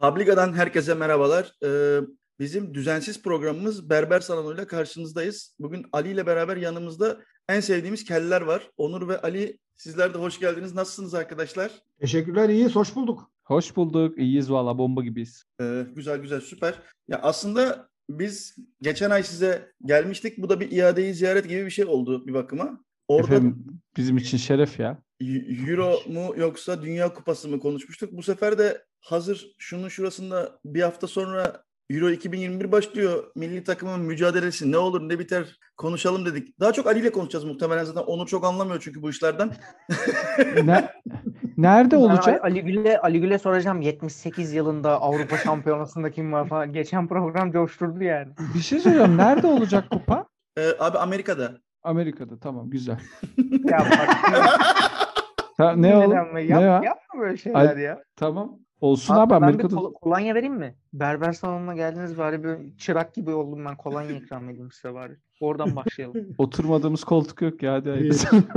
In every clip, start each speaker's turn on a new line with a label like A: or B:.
A: Publica'dan herkese merhabalar. Ee, bizim düzensiz programımız Berber Salonu'yla karşınızdayız. Bugün Ali ile beraber yanımızda en sevdiğimiz keller var. Onur ve Ali sizler de hoş geldiniz. Nasılsınız arkadaşlar?
B: Teşekkürler iyiyiz hoş bulduk.
C: Hoş bulduk. İyiyiz valla bomba gibiyiz.
A: Ee, güzel güzel süper. Ya aslında biz geçen ay size gelmiştik. Bu da bir iadeyi ziyaret gibi bir şey oldu bir bakıma. Orada
C: Efendim bizim için şeref ya.
A: Y- Euro mu yoksa Dünya Kupası mı konuşmuştuk. Bu sefer de hazır şunun şurasında bir hafta sonra Euro 2021 başlıyor. Milli takımın mücadelesi ne olur ne biter konuşalım dedik. Daha çok Ali ile konuşacağız muhtemelen zaten. Onu çok anlamıyor çünkü bu işlerden.
C: Ne- Nerede
D: Ben
C: olacak?
D: Ali Gül'e Ali Gül'e soracağım 78 yılında Avrupa Şampiyonası'nda kim var falan. Geçen program coşturdu yani.
C: Bir şey söyleyeceğim. Nerede olacak kupa?
A: Ee, abi Amerika'da.
C: Amerika'da tamam güzel.
D: Ya bak,
C: Ta- ne
D: sinirlenme,
C: oğlum?
D: Yap,
C: Ne var?
D: Yapma böyle şeyler
C: Ali-
D: ya.
C: Tamam. Olsun
D: Abi,
C: abi
D: ben bir
C: Amerika'da.
D: kol- kolonya vereyim mi? Berber salonuna geldiniz bari bir çırak gibi oldum ben. Kolonya ikram edeyim size bari. Oradan başlayalım.
C: Oturmadığımız koltuk yok ya. Hadi
B: İyi.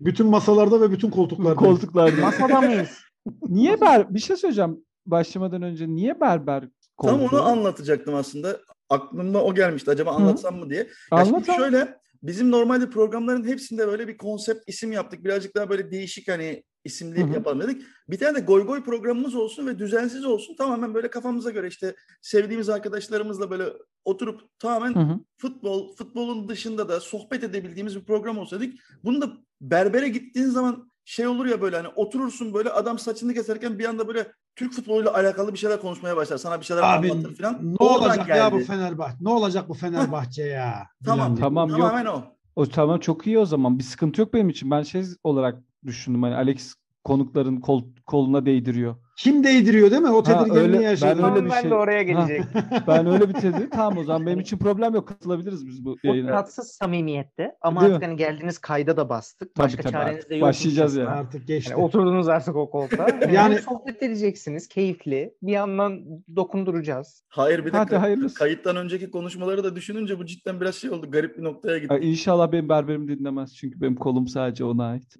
B: Bütün masalarda ve bütün koltuklarda.
C: Koltuklarda.
D: Masada mıyız?
C: niye ber? Bir şey söyleyeceğim. Başlamadan önce niye berber
A: Tam
C: koltuğu?
A: onu anlatacaktım aslında. Aklıma o gelmişti. Acaba anlatsam mı diye. Ya şimdi
C: Anlat. abi.
A: şöyle bizim normalde programların hepsinde böyle bir konsept isim yaptık. Birazcık daha böyle değişik hani isimli
C: Hı hı.
A: yapalım dedik. Bir tane de goy goy programımız olsun ve düzensiz olsun. Tamamen böyle kafamıza göre işte sevdiğimiz arkadaşlarımızla böyle oturup tamamen
C: Hı hı.
A: futbol, futbolun dışında da sohbet edebildiğimiz bir program olsa dedik. Bunu da berbere gittiğin zaman şey olur ya böyle hani oturursun böyle adam saçını keserken bir anda böyle Türk futboluyla alakalı bir şeyler konuşmaya başlar. Sana bir şeyler
B: Abi
A: anlatır falan.
B: ne
A: Oradan
B: olacak ya bu
A: geldi.
B: Fenerbahçe? Ne olacak bu Fenerbahçe ya?
A: Tamam.
B: Bilen de.
C: Tamam yok.
A: Tamamen o.
C: O tamam çok iyi o zaman. Bir sıkıntı yok benim için. Ben şey olarak düşündüm. Hani Alex konukların kol, koluna değdiriyor.
B: Kim değdiriyor değil mi? O tedirginliği
C: öyle-
B: yaşadı.
C: ben öyle-
D: Tam
C: bir
D: ben
C: şey-
D: de oraya gelecektim.
C: Ben öyle bir tedir. Tamam o zaman benim için problem yok. Katılabiliriz biz bu
D: O
C: yayına.
D: tatsız samimiyette ama
C: Değil
D: artık
C: mi?
D: hani geldiğiniz kayda da bastık.
C: Tabii,
D: Başka
C: tabii,
D: çareniz
C: artık
D: de yok.
C: başlayacağız yani.
B: Artık geçti.
D: Yani oturdunuz artık o koltuğa. Yani,
B: Yani-
D: sohbet edeceksiniz keyifli. Bir yandan dokunduracağız.
A: Hayır bir
C: Hadi
A: dakika.
C: hayırlısı.
A: Kayıttan önceki konuşmaları da düşününce bu cidden biraz şey oldu. Garip bir noktaya gitti.
C: Ay, İnşallah benim berberim dinlemez çünkü benim kolum sadece ona ait.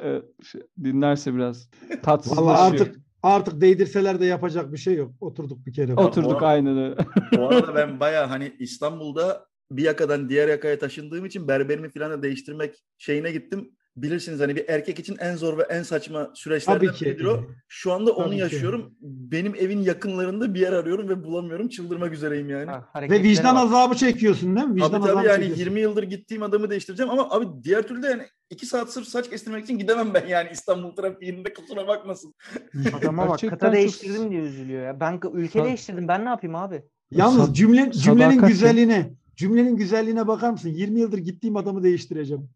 C: Evet, şey, dinlerse biraz
B: Vallahi
C: tatsızlaşıyor.
B: artık artık değdirseler de yapacak bir şey yok. Oturduk bir kere.
C: Oturduk
A: Ama-
C: aynen öyle.
A: Bu arada ben baya hani İstanbul'da bir yakadan diğer yakaya taşındığım için berberimi falan da değiştirmek şeyine gittim. Bilirsiniz hani bir erkek için en zor ve en saçma süreçlerden
B: Tabii ki.
A: biridir o. Şu anda onu
B: Tabii ki.
A: yaşıyorum. Benim evin yakınlarında bir yer arıyorum ve bulamıyorum. Çıldırmak üzereyim yani.
D: Ha,
B: Ve
D: hareketlere
B: vicdan
D: bak.
B: azabı çekiyorsun değil mi? Vicdan
A: abi tabii
B: azabı
A: yani
B: çekiyorsun.
A: 20 yıldır gittiğim adamı değiştireceğim ama abi diğer türlü de yani 2 saat sırf saç kestirmek için gidemem ben yani İstanbul trafiğinde kusura bakmasın.
D: Adama bak
C: Gerçekten
D: kıta
C: çok-
D: değiştirdim diye üzülüyor ya. Ben kı- ülke
C: Ha.
D: değiştirdim. Ben ne yapayım abi?
B: Yalnız
C: Sad-
B: cümle, cümlenin
C: sadakat ya.
B: güzelliğine cümlenin güzelliğine bakar mısın? 20 yıldır gittiğim adamı değiştireceğim.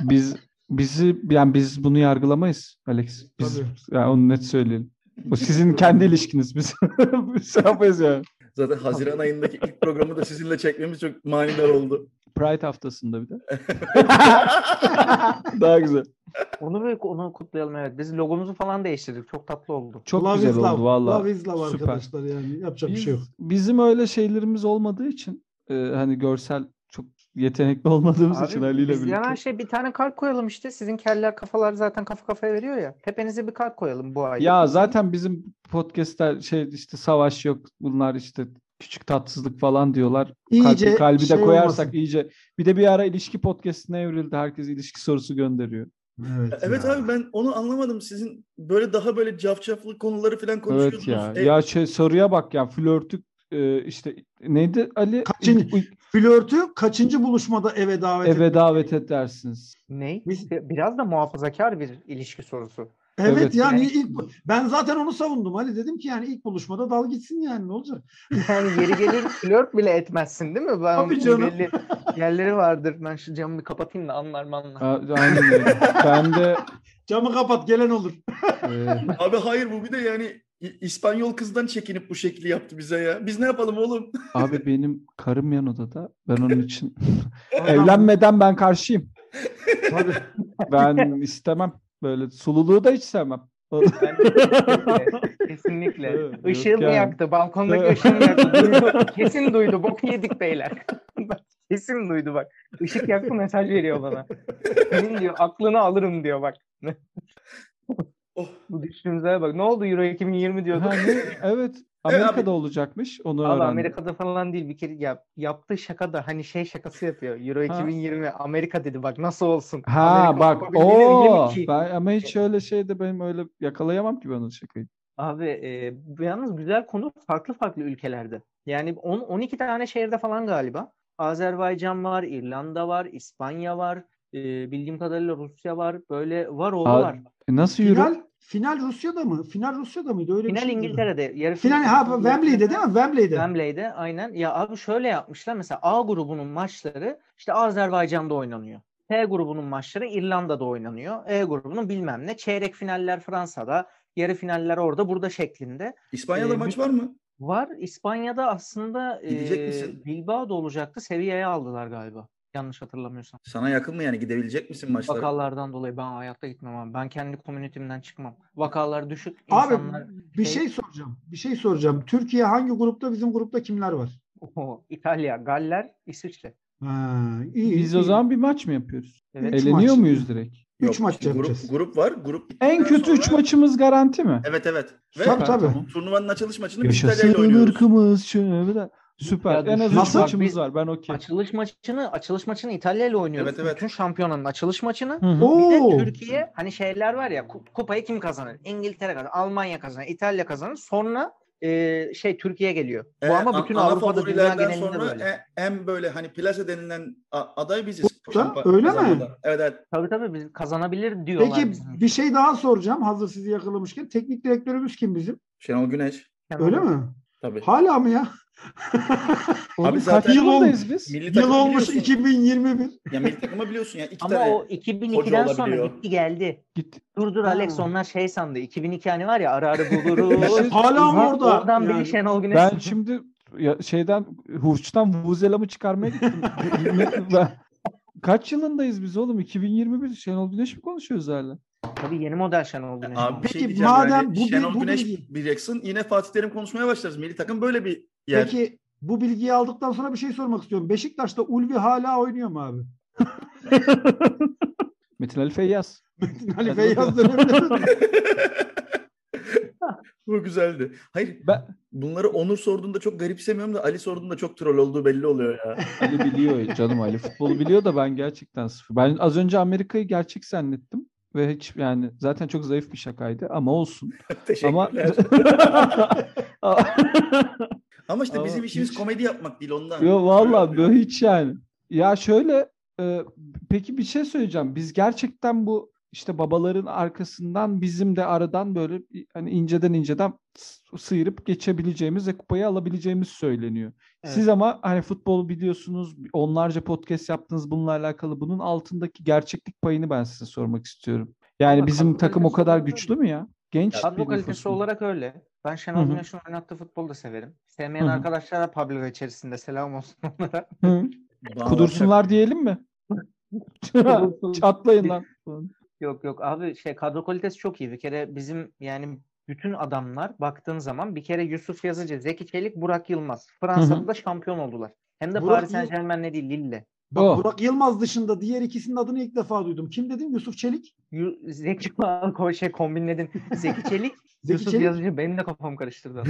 C: Biz bizi yani biz bunu yargılamayız Alex. Biz
B: Tabii.
C: yani onu net söyleyelim. O sizin kendi ilişkiniz biz. biz yapamayız yani.
A: Zaten Haziran ayındaki ilk programı da sizinle çekmemiz çok manidar oldu.
C: Pride haftasında bir de. Daha güzel.
D: Onu böyle onu kutlayalım evet. Biz logomuzu falan değiştirdik. Çok tatlı oldu.
C: Çok
B: Love
C: güzel
B: is
C: oldu
B: love.
C: valla.
B: Love is love
C: Süper.
B: arkadaşlar yani. Yapacak bir
C: Biz-
B: şey yok.
C: Bizim öyle şeylerimiz olmadığı için e, hani görsel çok yetenekli olmadığımız için Ali ile
D: biz
C: birlikte.
D: hemen şey bir tane kart koyalım işte. Sizin keller kafalar zaten kafa kafaya veriyor ya. Hepinize bir kart koyalım bu ay.
C: Ya zaten bizim podcast'ler şey işte savaş yok bunlar işte küçük tatsızlık falan diyorlar.
B: İyice
C: kalbi, kalbi
B: şey
C: de koyarsak
B: olmasın.
C: iyice. Bir de bir ara ilişki podcast'ine evrildi. Herkes ilişki sorusu gönderiyor.
B: Evet,
A: Evet
B: ya.
A: abi ben onu anlamadım. Sizin böyle daha böyle cafcaflı konuları falan konuşuyordunuz.
C: Evet ya.
A: E,
C: Ya şey soruya bak ya flörtük e, işte neydi Ali?
B: Kaçın-
C: Uy-
B: Flörtü kaçıncı buluşmada eve davet
C: Eve
B: et-
C: davet edersiniz.
D: Ney?
B: Biz-
D: Biraz da muhafazakar bir ilişki sorusu.
B: Evet,
C: Evet.
B: yani
D: Evet.
B: ilk ben zaten onu savundum Ali dedim ki yani ilk buluşmada dal gitsin yani ne olacak?
D: Yani yeri gelir flört bile etmezsin değil mi? Ben
B: Tabii
D: onun
B: canım.
D: belli yerleri vardır. Ben şu camı bir kapatayım da anlar mı anlar.
C: A- Aynen öyle. Ben de
B: Camı kapat gelen olur.
C: e,
A: Abi hayır bu bir de yani İ- İspanyol kızdan çekinip bu şekli yaptı bize ya. Biz ne yapalım oğlum?
C: abi benim karım yan odada. Ben onun için
B: Adam-
C: evlenmeden ben karşıyım.
B: Tabii.
C: Ben istemem. Böyle sululuğu da hiç sevmem.
D: Ben de kesinlikle.
C: Evet,
D: kesinlikle.
C: yok
D: Işığımı
C: yani.
D: yaktı. Balkondaki
C: Evet.
D: ışığımı yaktı. Duydu. Kesin duydu. Boku yedik beyler. Kesin duydu bak. Işık yaktı mesaj veriyor bana. Benim diyor aklını alırım diyor bak.
A: Oh.
D: Bu düşünceye bak. Ne oldu Euro 2020 diyorduk.
C: Ha, ne? Evet. Amerika'da olacakmış. Onu
D: Abi
C: öğrendim.
D: Amerika'da falan değil. Bir kere yap, yaptığı şaka da hani şey şakası yapıyor. Euro
C: Ha.
D: 2020 Amerika dedi bak nasıl olsun.
C: Ha
D: Amerika
C: bak
D: Avrupa Birliği'ne üye mi
C: o
D: ki?
C: ben, ama hiç öyle şey de benim öyle yakalayamam ki ben o şakayı.
D: Abi e, bu yalnız güzel konu farklı farklı ülkelerde. Yani 10 12 tane şehirde falan galiba. Azerbaycan var, İrlanda var, İspanya var, e, bildiğim kadarıyla Rusya var. Böyle var oğlu
C: Abi,
D: var.
C: E nasıl yürü?
B: Final, final Rusya'da mı? Final Rusya'da mıydı? Öyle bir
D: Final
B: şey duydum.
D: İngiltere'de, yarı
B: Final ha Wembley'de değil mi? Wembley'de.
D: Wembley'de aynen. Ya abi şöyle yapmışlar mesela A grubunun maçları işte Azerbaycan'da oynanıyor. P grubunun maçları İrlanda'da oynanıyor. E grubunun bilmem ne çeyrek finaller Fransa'da, yarı finaller orada burada şeklinde.
A: İspanya'da
D: Ee,
A: maç var mı?
D: Var İspanya'da aslında
A: Gidecek
D: e,
A: misin?
D: Bilbao'da olacaktı. Sevilla'ya aldılar galiba. Yanlış hatırlamıyorsam.
A: Sana yakın mı yani gidebilecek misin maçlara?
D: Vakalardan dolayı ben hayatta gitmem abi. Ben kendi komünitimden çıkmam. Vakalar düşük.
B: Abi
D: insanlar
B: bir şey soracağım. Bir şey soracağım. Türkiye hangi grupta? Bizim grupta kimler var?
D: Oho, İtalya, Galler, İsviçre.
B: Ha, iyi,
C: Biz
B: iyi.
C: o zaman bir şey. maç mı yapıyoruz?
D: Evet.
B: Üç
C: Eleniyor
B: maç.
C: muyuz direkt?
A: Yok,
B: Üç maç
A: işte
B: yapacağız.
A: Grup, grup var. Grup
C: En
A: bittikten
C: kötü 3
A: sonra-
C: maçımız garanti mi?
A: Evet evet. Ve
B: Tabii tabii.
C: Tamam.
A: turnuvanın açılış maçını biz İtalya ile
C: Yaşasın
A: oynuyoruz.
C: ırkımız şöyle de. Süper.
D: Ya
C: en az
D: düşün-
C: 3
B: Nasıl?
C: maçımız
D: Biz-
C: var. Ben okey.
D: Açılış maçını açılış maçını İtalya ile oynuyoruz.
A: Evet, evet.
D: Bütün şampiyonanın açılış maçını.
C: Hı hı.
D: Bir de
B: Oo.
D: Türkiye hani şeyler var ya ku- kupayı kim kazanır? İngiltere kazanır, Almanya kazanır, İtalya kazanır. Sonra e, şey Türkiye geliyor. Bu
A: Ee,
D: ama
A: an-
D: bütün
A: ana
D: Avrupa'da dünya
A: favorilerden
D: genelinde
A: sonra
D: böyle.
A: e- en böyle hani plase denilen a- aday biziz.
B: Burada,
A: Şampa-
B: öyle mi?
A: kazanmadan. Evet evet.
D: Tabii tabii biz kazanabilir diyorlar.
B: Peki
D: bizim için.
B: bir şey daha soracağım. Hazır sizi yakalamışken. Teknik direktörümüz kim bizim?
A: Şenol Güneş.
D: Hemen
B: Öyle
D: bak.
B: mi?
A: Tabii.
B: Hala mı ya?
C: Oğlum,
A: Abi
C: kaç
A: zaten-
C: yılındayız biz?
A: Milli
B: Yıl
A: takımı
B: olmuş
A: biliyorsun.
B: 2021.
A: Ya milli takımı biliyorsun ya. iki
D: Ama
A: tane.
D: o 2002'den
A: e,
D: sonra
A: olabiliyor.
D: gitti geldi.
C: Gitti.
D: Dur dur
B: Ha.
D: Alex onlar şey sandı. 2002 hani var ya ara ara buluruz.
B: Şey, Hala mı
D: Ulan
B: orada?
D: Oradan şey- biri
B: Yani.
D: Şenol Güneş.
C: Ben şimdi ya- şeyden Hurç'tan Vuzelam'ı çıkarmaya gittim. Ben- Kaç yılındayız biz oğlum? 2021 Şenol Güneş mi konuşuyoruz hala?
D: Tabii yeni model Şenol Güneş.
A: Abi bir şey
B: Peki,
A: diyeceğim
B: madem
A: yani.
B: bu bil-
A: Şenol
B: bu
A: Güneş
B: bilgi-
A: bileceksin. Yine Fatih Terim konuşmaya başlarız. Milli takım böyle bir yer.
B: Peki bu bilgiyi aldıktan sonra bir şey sormak istiyorum. Beşiktaş'ta Ulvi hala oynuyor mu abi?
C: Metin Ali Feyyaz.
B: Metin Ali
C: Hadi
B: Feyyaz
C: bakalım.
B: döneminde.
A: bu güzeldi. Hayır
C: Ben,
A: bunları Onur sorduğunda çok garipsemiyorum da Ali sorduğunda çok troll olduğu belli oluyor ya.
C: Ali biliyor canım Ali. Futbolu biliyor da ben gerçekten sıfır. Ben az önce Amerika'yı gerçek zannettim. Ve hiç yani zaten çok zayıf bir şakaydı ama olsun. Ama
A: Teşekkürler.
C: Ama-
A: Ama işte
C: Ama
A: bizim işimiz
C: hiç-
A: komedi yapmak değil ondan.
C: Yo vallahi böyle hiç yani. Ya şöyle e, peki bir şey söyleyeceğim. Biz gerçekten bu işte babaların arkasından bizim de aradan böyle bir- hani inceden inceden s- sıyırıp geçebileceğimiz ve kupayı alabileceğimiz söyleniyor.
D: Evet.
C: Siz ama hani futbolu biliyorsunuz, onlarca podcast yaptınız bununla alakalı. Bunun altındaki gerçeklik payını ben size sormak istiyorum. Yani
D: Ama
C: bizim
D: kadro
C: takım o
D: kalitesi
C: kadar
D: olarak
C: güçlü mü ya? Genç
A: şey
C: bir
D: Kadro
C: nüfus
D: kalitesi
C: mu?
D: olarak öyle. Ben
C: Hı
D: Şenol
C: hı.
D: Güneş'in oynattığı futbolu da severim. Sevmeyen
C: Hı hı.
D: arkadaşlara Pablo içerisinde selam olsun onlara.
C: Hı. Kudursunlar diyelim mi? Çatlayın lan.
D: Yok yok abi şey kadro kalitesi çok iyi. Bir kere bizim yani bütün adamlar baktığın zaman bir kere Yusuf Yazıcı, Zeki Çelik, Burak Yılmaz. Fransa'da da şampiyon oldular. Hem de
B: Burak
D: Paris
B: Yıl-
D: Saint-Germain'le değil Lille'le.
B: Bak
C: Oh.
B: Burak Yılmaz dışında diğer ikisinin adını ilk defa duydum. Kim dedim? Yusuf Çelik.
D: Yu- Zeki Ko- şey kombinledin. Zeki Çelik,
B: Zeki
D: Yusuf
B: Çelik.
D: Yazıcı benim de kafam karıştırdı.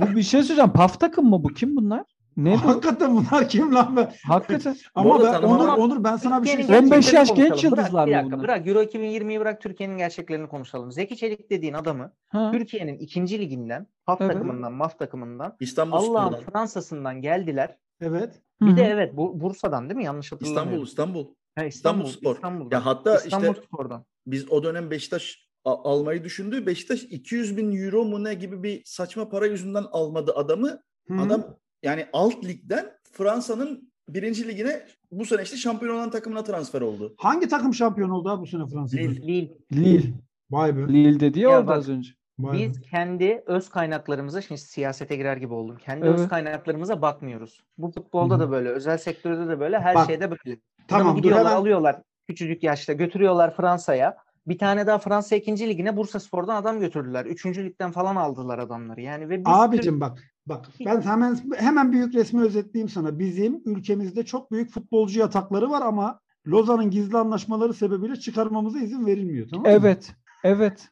C: Bu bir şey söyleyeceğim. Paf takım mı bu? Kim bunlar? Ne bu?
B: Hakikaten bunlar kim lan be?
C: Hakikaten.
B: Ama
A: arada
B: ben,
A: tanımam.
B: Onur, Onur ben sana bir şey
D: Türkiye'nin
B: söyleyeyim.
C: 15 yaş
D: gerçeklerini
C: genç
D: konuşalım.
C: yıldızlar
D: bırak, bir
C: mı
D: dakika,
C: bunlar?
D: Bırak Euro 2020'yi bırak Türkiye'nin gerçeklerini konuşalım. Zeki Çelik dediğin adamı
C: Ha.
D: Türkiye'nin ikinci liginden, haf
C: Evet.
D: takımından, maf takımından,
A: İstanbul
D: Allah'ın
A: Spor'dan.
D: Fransa'sından geldiler.
B: Evet.
C: Hı
D: Bir
C: hı.
D: de evet bu Bursa'dan değil mi? Yanlış hatırlamıyorum.
A: İstanbul, İstanbul.
D: Ha,
A: İstanbul
D: İstanbul,
A: Spor.
D: İstanbul'dan.
A: Ya hatta
D: İstanbul
A: işte
D: Spor'dan.
A: biz o dönem Beşiktaş a- almayı düşündü. Beşiktaş 200 bin euro mu ne gibi bir saçma para yüzünden almadı adamı.
B: Hı.
A: Adam yani alt ligden Fransa'nın birinci ligine bu sene işte şampiyon olan takımına transfer oldu.
B: Hangi takım şampiyon oldu abi bu sene Fransa'da?
A: Lille.
D: Lille.
C: Lille.
B: Vay be.
C: Lille dedi ya
D: Ya
C: orada
D: bak.
C: az önce.
B: Vay be.
D: Biz kendi öz kaynaklarımıza, şimdi siyasete girer gibi oldum. Kendi
C: Evet.
D: öz kaynaklarımıza bakmıyoruz. Bu futbolda
C: Hı.
D: da böyle, özel sektörde de böyle, her
B: Bak,
D: şeyde böyle. Adamı
B: Tamam dur
D: gidiyorlar,
B: hemen.
D: alıyorlar küçücük yaşta, götürüyorlar Fransa'ya. Bir tane daha Fransa 2. ligine Bursa Spor'dan adam götürdüler. 3. ligden falan aldılar adamları. Yani ve biz
B: Abicim bak bak ben hemen hemen büyük resmi özetleyeyim sana. Bizim ülkemizde çok büyük futbolcu yatakları var ama Lozan'ın gizli anlaşmaları sebebiyle çıkarmamıza izin verilmiyor tamam mı?
C: Evet. Evet.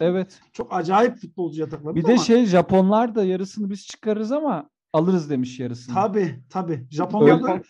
C: Evet.
B: Çok acayip futbolcu yatakları.
C: Bir de şey Japonlar da yarısını biz çıkarırız ama alırız demiş yarısını.
B: Tabi tabi. Japonlar
C: Öyle-
B: da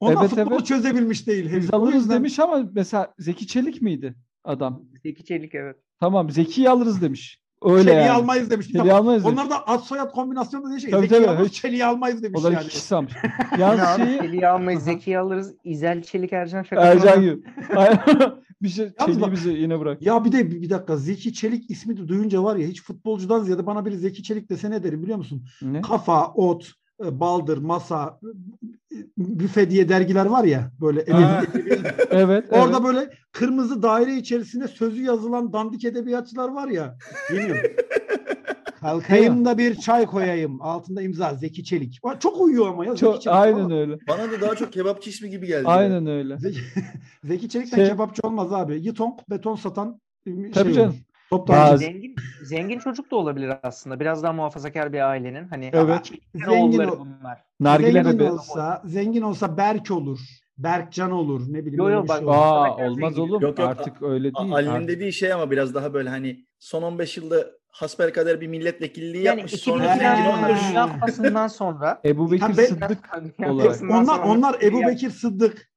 B: ona
C: Evet,
B: futbolu
C: evet.
B: çözebilmiş değil.
C: Biz
B: herif. O
C: alırız
B: yüzden-
C: demiş ama mesela Zeki Çelik miydi adam?
D: Zeki Çelik evet.
C: Tamam Zeki'yi alırız demiş. Öyle
B: Çeliği
C: yani.
B: almayız demiş.
C: Çeliği
B: Tamam.
C: almayız demiş.
B: Onlar da ad soyad kombinasyonu da ne şey.
C: Tabii,
B: Zeki
C: tabii.
B: Yalmaz,
C: Hiç-
B: Çeliği almayız demiş
C: Onlar
B: yani.
C: iki kişi almış. Yalnız
A: Ne
C: şeyi
D: Çelik'i almayız, Zeki'yi alırız. İzel Çelik, Ercan Şakir.
C: Ercan gibi. Aynen. bir şey
B: Yalnız
C: Çelik'i
B: bak-
C: bize yine bırak.
B: Ya bir de bir bir dakika Zeki Çelik ismi de duyunca var ya hiç futbolcudan ziyade bana biri Zeki Çelik dese ne derim biliyor musun?
C: Ne?
B: Kafa, ot, e, baldır, masa, e, büfe diye dergiler var ya böyle
A: Ha.
B: elinde-
C: Evet.
B: Orada
C: evet.
B: böyle kırmızı daire içerisinde sözü yazılan dandik edebiyatçılar var ya. Bilmiyorum. Kalkayım da bir çay koyayım. Altında imza Zeki Çelik. Ulan Çok uyuyor ama ya Zeki
C: Çok,
B: Çelik.
C: aynen öyle.
A: Bana da daha çok kebapçı ismi gibi geldi.
C: Aynen öyle.
B: Zeki, Zeki Çelik'ten
C: Şey-
B: kebapçı olmaz abi. Yıton, beton satan şey
C: Tabii
B: olur.
C: canım.
B: Toptancı.
C: Bazı-
D: Zengin, zengin çocuk da olabilir aslında. Biraz daha muhafazakar bir ailenin. Hani
C: Evet.
D: "Aa,
B: Zengin
D: oğulları
B: ol-
D: bunlar.
C: Nargile
B: zengin
C: bebe.
D: Bebek.
B: olsa, zengin olsa Berk olur. Berkcan olur. Ne bileyim
D: Yo,
B: öyle
D: yo,
B: bir
D: bak-
B: şey olur.
C: Aa
D: Zengin.
C: olmaz oğlum.
A: Yok, yok.
C: Artık öyle
A: A-
C: değil.
A: Ali'nin
C: Artık-
A: dediği şey ama biraz daha böyle hani son 15 yılda hasbelkader bir milletvekilliği
D: Yani
A: yapmış. Sonra
D: 2000'den
A: zengin
B: Ha.
A: olmuş.
D: sonra Dünya Kupası'ndan sonra
C: Ebu Bekir
B: Ya ben-
C: Sıddık.
D: Dünya
C: olarak.
D: Kupası'ndan
B: Onlar
D: sonra-
B: onlar Ebu Bekir Sıddık.